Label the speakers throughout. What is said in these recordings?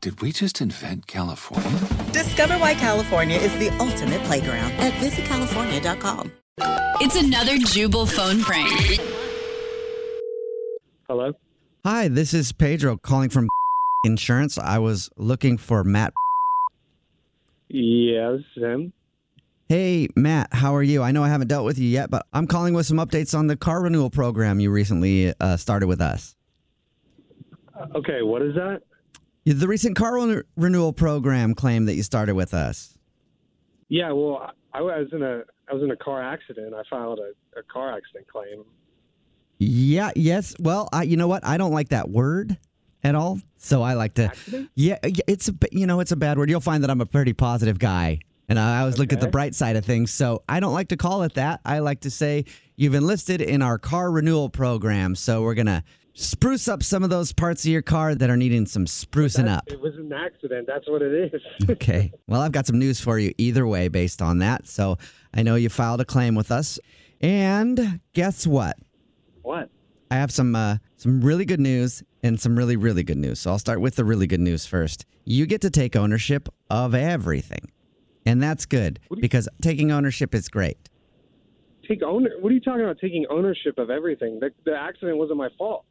Speaker 1: Did we just invent California?
Speaker 2: Discover why California is the ultimate playground at visitcalifornia.com.
Speaker 3: It's another Jubal phone prank.
Speaker 4: Hello?
Speaker 5: Hi, this is Pedro calling from insurance. I was looking for Matt.
Speaker 4: Yeah, this is him.
Speaker 5: Hey, Matt, how are you? I know I haven't dealt with you yet, but I'm calling with some updates on the car renewal program you recently uh, started with us.
Speaker 4: Uh, Okay, what is that?
Speaker 5: The recent car ren- renewal program claim that you started with us.
Speaker 4: Yeah, well, I I was in a I was in a car accident. I filed a, a car accident claim.
Speaker 5: Yeah, yes. Well, I, you know what? I don't like that word at all. So I like to.
Speaker 4: Accident?
Speaker 5: Yeah, yeah, it's a b- you know it's a bad word. You'll find that I'm a pretty positive guy, and I always look at the
Speaker 4: Okay.
Speaker 5: bright side of things. So I don't like to call it that. I like to say you've enlisted in our car renewal program. So we're gonna spruce up some of those parts of your car that are needing some sprucing up.
Speaker 4: It was an accident. That's what it is.
Speaker 5: Okay. Well, I've got some news for you either way based on that. So I know you filed a claim with us, and guess what?
Speaker 4: what?
Speaker 5: I have some uh, some really good news and some really really good news. So I'll start with the really good news first. You get to take ownership of everything, and that's good because taking ownership is great.
Speaker 4: Take owner? What are you talking about? Taking ownership of everything? The, the accident wasn't my fault.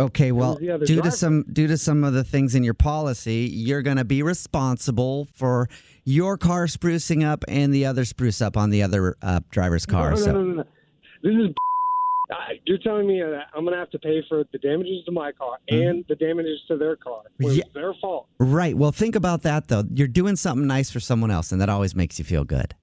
Speaker 5: Okay, well,
Speaker 4: was the other
Speaker 5: due to
Speaker 4: driver.
Speaker 5: some due to some of the things in your policy, you're going to be responsible for your car sprucing up and the other spruce up on the other uh, driver's car.
Speaker 4: no, no,
Speaker 5: so
Speaker 4: no, no, no. This is. I, you're telling me that I'm gonna have to pay for the damages to my car and the damages to their car. It was
Speaker 5: Hmm? Yeah.
Speaker 4: their fault.
Speaker 5: right, well, think about that though. You're doing something nice for someone else, and that always makes you feel good.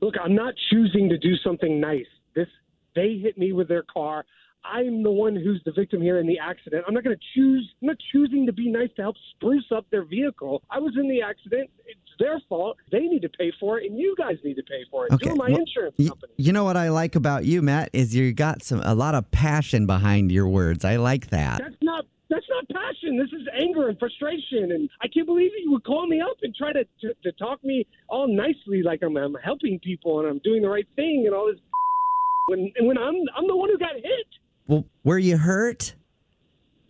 Speaker 4: Look, I'm not choosing to do something nice. This they hit me with their car. I'm the one who's the victim here in the accident. I'm not going to choose. I'm not choosing to be nice to help spruce up their vehicle. I was in the accident. It's their fault. They need to pay for it, and you guys need to pay for it.
Speaker 5: Okay,
Speaker 4: You're my
Speaker 5: well,
Speaker 4: insurance
Speaker 5: Y-
Speaker 4: company.
Speaker 5: You know what I like about you, Matt, is you got some a lot of passion behind your words. I like that.
Speaker 4: That's not. That's not passion. This is anger and frustration, and I can't believe you would call me up and try to to, to talk me all nicely, like I'm, I'm helping people and I'm doing the right thing and all this. When and when I'm I'm the one who got hit.
Speaker 5: Well, were you hurt?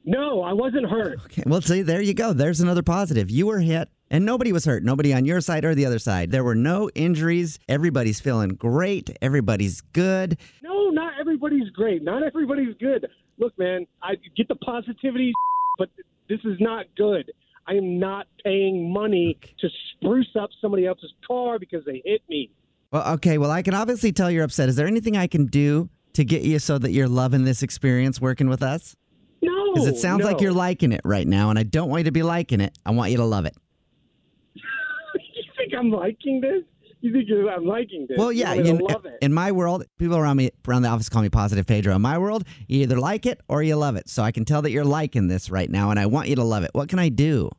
Speaker 4: No, I wasn't hurt.
Speaker 5: Okay, well, see, there you go. There's another positive. You were hit, and nobody was hurt. Nobody on your side or the other side. There were no injuries. Everybody's feeling great. Everybody's good.
Speaker 4: No, not everybody's great. Not everybody's good. Look, man, I get the positivity, but this is not good. I am not paying money to spruce up somebody else's car because they hit me.
Speaker 5: Well, okay. Well, I can obviously tell you're upset. Is there anything I can do to get you so that you're loving this experience working with us?
Speaker 4: No,
Speaker 5: Because it sounds like
Speaker 4: Oh, no.
Speaker 5: you're liking it right now, and I don't want you to be liking it. I want you to love it.
Speaker 4: you think I'm liking this? You think you're, I'm liking this?
Speaker 5: Well, yeah,
Speaker 4: you
Speaker 5: in,
Speaker 4: love it.
Speaker 5: in my world, people around me around the office call me positive Pedro. In my world, you either like it or you love it. So I can tell that you're liking this right now, and I want you to love it. What can I do?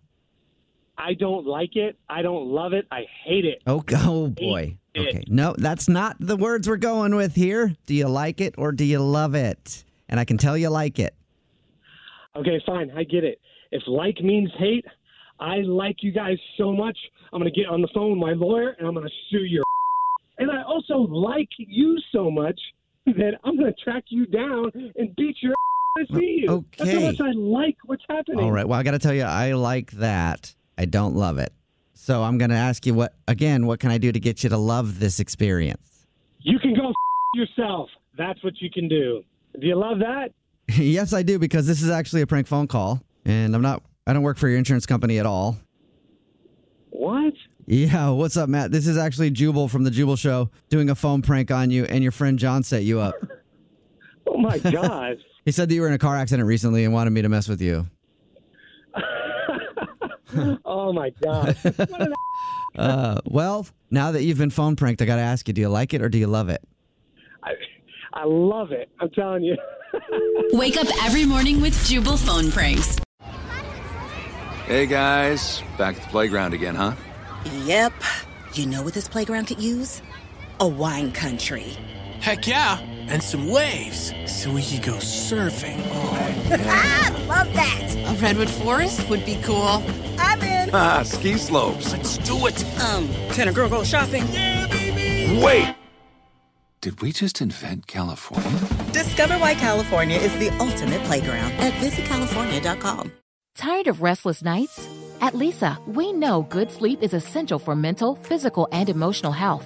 Speaker 4: I don't like it. I don't love it. I hate it.
Speaker 5: Oh, g- oh boy.
Speaker 4: it.
Speaker 5: Okay, no, that's not the words we're going with here. Do you like it or do you love it? And I can tell you like it.
Speaker 4: Okay, fine. I get it. If like means hate, I like you guys so much. I'm gonna get on the phone with my lawyer and I'm gonna sue your And I also like you so much that I'm going to track you down and beat your ass when I see you. That's
Speaker 5: Okay.
Speaker 4: how much I like what's happening.
Speaker 5: All right. Well, I got to tell you, I like that. I don't love it. So I'm going to ask you what, again, what can I do to get you to love this experience?
Speaker 4: You can go f- yourself. That's what you can do. Do you love that?
Speaker 5: yes, I do, because this is actually a prank phone call and I'm not, I don't work for your insurance company at all.
Speaker 4: What?
Speaker 5: Yeah. What's up, Matt? This is actually Jubal from the Jubal Show doing a phone prank on you and your friend John set you up.
Speaker 4: Oh my god.
Speaker 5: He said that you were in a car accident recently and wanted me to mess with you.
Speaker 4: oh my god.
Speaker 5: Uh, well, now that you've been phone pranked, I got to ask you, do you like it or do you love it?
Speaker 4: I, I love it. I'm telling you.
Speaker 3: Wake up every morning with Jubal phone pranks.
Speaker 1: Hey guys, back at the playground again, huh?
Speaker 2: Yep. You know what this playground could use? A wine country.
Speaker 6: Heck yeah! And some waves, so we could go surfing.
Speaker 7: I love that.
Speaker 3: A redwood forest would be cool.
Speaker 7: I'm in.
Speaker 1: Ah, ski slopes.
Speaker 6: Let's do it!
Speaker 2: Um, can a girl go shopping?
Speaker 1: Wait! Did we just invent California?
Speaker 2: Discover why California is the ultimate playground at visitcalifornia.com.
Speaker 8: Tired of restless nights? At Lisa, we know good sleep is essential for mental, physical, and emotional health.